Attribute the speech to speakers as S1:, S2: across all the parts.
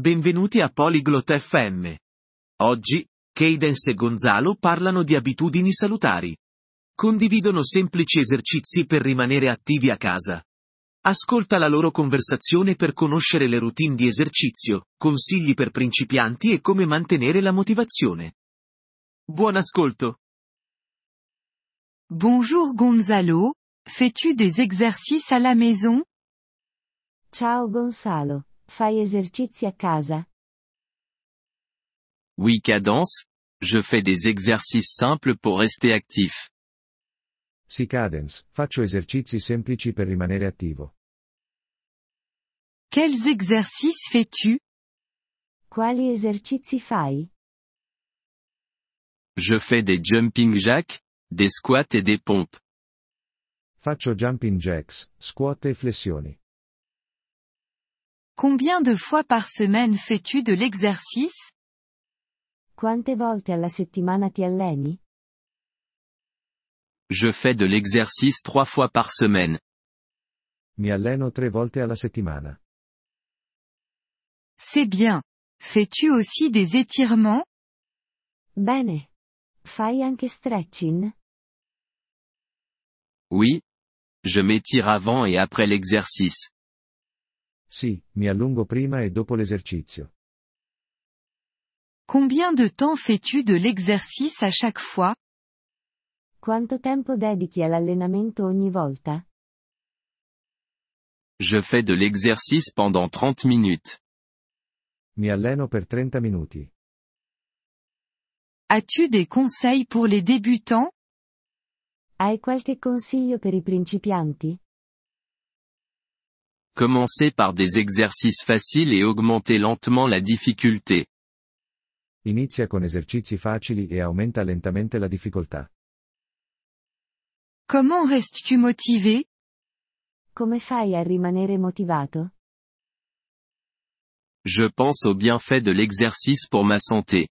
S1: Benvenuti a Polyglot FM. Oggi, Cadence e Gonzalo parlano di abitudini salutari. Condividono semplici esercizi per rimanere attivi a casa. Ascolta la loro conversazione per conoscere le routine di esercizio, consigli per principianti e come mantenere la motivazione. Buon ascolto.
S2: Bonjour Gonzalo, fais-tu des exercices à la maison
S3: Ciao Gonzalo, fai esercizi a casa?
S4: Oui Cadence, je fais des exercices simples pour rester actif.
S5: Sì Cadence, faccio esercizi semplici per rimanere attivo.
S2: Quels exercices fais-tu
S3: Quali esercizi fai?
S4: Je fais des jumping jacks, des squats et des pompes.
S5: Faccio jumping jacks, squat e flessioni.
S2: Combien de fois par semaine fais-tu de l'exercice
S3: Quante volte alla settimana ti alleni?
S4: Je fais de l'exercice trois fois par semaine.
S5: Mi alleno tre volte alla settimana.
S2: C'est bien. Fais-tu aussi des étirements
S3: Bene. Fai anche stretching?
S4: Oui. Je m'étire avant et après l'exercice.
S5: Sì, mi allungo prima e dopo l'esercizio.
S2: Combien de temps fais-tu de l'exercice à chaque fois
S3: Quanto tempo dedichi all'allenamento ogni volta?
S4: Je fais de l'exercice pendant 30 minutes.
S5: Mi alleno per 30 minuti.
S2: As-tu des conseils pour les débutants
S3: Hai qualche consiglio per i principianti?
S4: Commencez par des exercices faciles et augmentez lentement la difficulté.
S5: Inizia con esercizi facili e aumenta lentamente la difficoltà.
S2: Comment restes-tu motivé
S3: Come fai a rimanere motivato?
S4: Je pense aux bienfaits de l'exercice pour ma santé.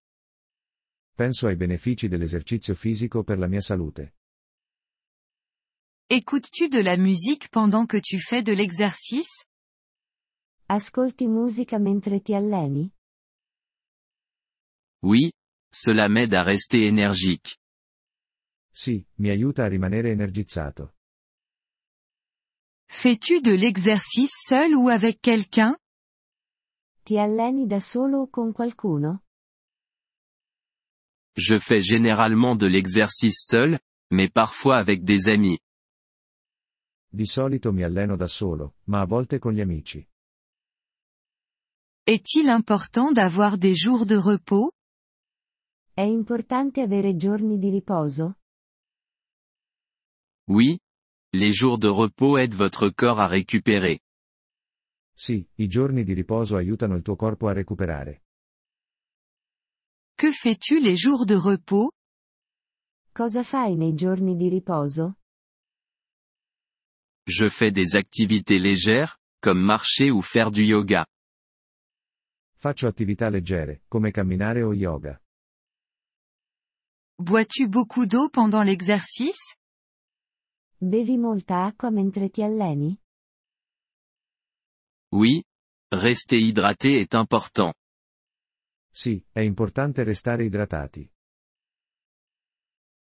S5: Penso ai benefici dell'esercizio fisico per la mia salute.
S2: Écoutes-tu de la musique pendant que tu fais de l'exercice
S3: Ascolti musica mentre ti alleni?
S4: Oui, cela m'aide à rester énergique.
S5: Sì, mi aiuta a rimanere energizzato.
S2: Fais-tu de l'exercice seul ou avec quelqu'un
S3: Ti alleni da solo o con qualcuno?
S4: Je fais généralement de l'exercice seul, mais parfois avec des amis.
S5: Di solito mi alleno da solo, ma a volte con gli amici.
S2: Est-il important d'avoir des jours de repos
S3: È importante avere giorni di riposo?
S4: Oui. Les jours de repos aident votre corps à récupérer.
S5: Sì, i giorni di riposo aiutano il tuo corpo a recuperare.
S2: Que fais-tu les jours de repos
S3: Cosa fai nei giorni di riposo?
S4: Je fais des activités légères, comme marcher ou faire du yoga.
S5: Faccio attività leggere, come camminare o yoga.
S2: Bois-tu beaucoup d'eau pendant l'exercice
S3: Bevi molta acqua mentre ti alleni?
S4: Oui. Rester hydraté est important.
S5: Sì, è importante restare idratati.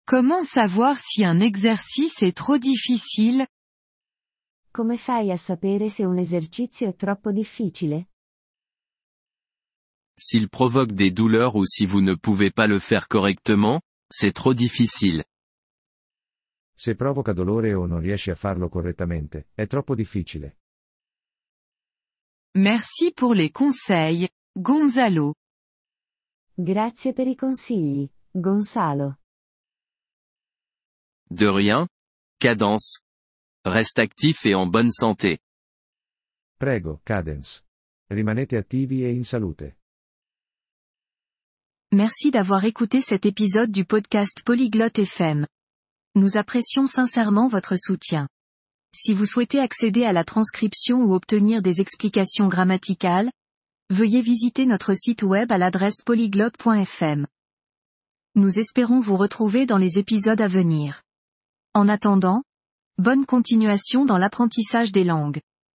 S2: Comment savoir si un exercice est trop difficile
S3: Come fai a sapere se un esercizio è troppo difficile?
S4: S'il provoque des douleurs ou si vous ne pouvez pas le faire correctement, c'est trop difficile.
S5: Se provoca dolore o non riesci a farlo correttamente, è troppo difficile.
S2: Merci pour les conseils, Gonzalo.
S3: Grazie per i consigli, Gonzalo.
S4: De rien. Cadence. Reste actif et en bonne santé.
S5: Prego, Cadence. Rimanete attivi e in salute.
S6: Merci d'avoir écouté cet épisode du podcast Polyglotte FM. Nous apprécions sincèrement votre soutien. Si vous souhaitez accéder à la transcription ou obtenir des explications grammaticales, veuillez visiter notre site web à l'adresse polyglotte.fm. Nous espérons vous retrouver dans les épisodes à venir. En attendant, bonne continuation dans l'apprentissage des langues.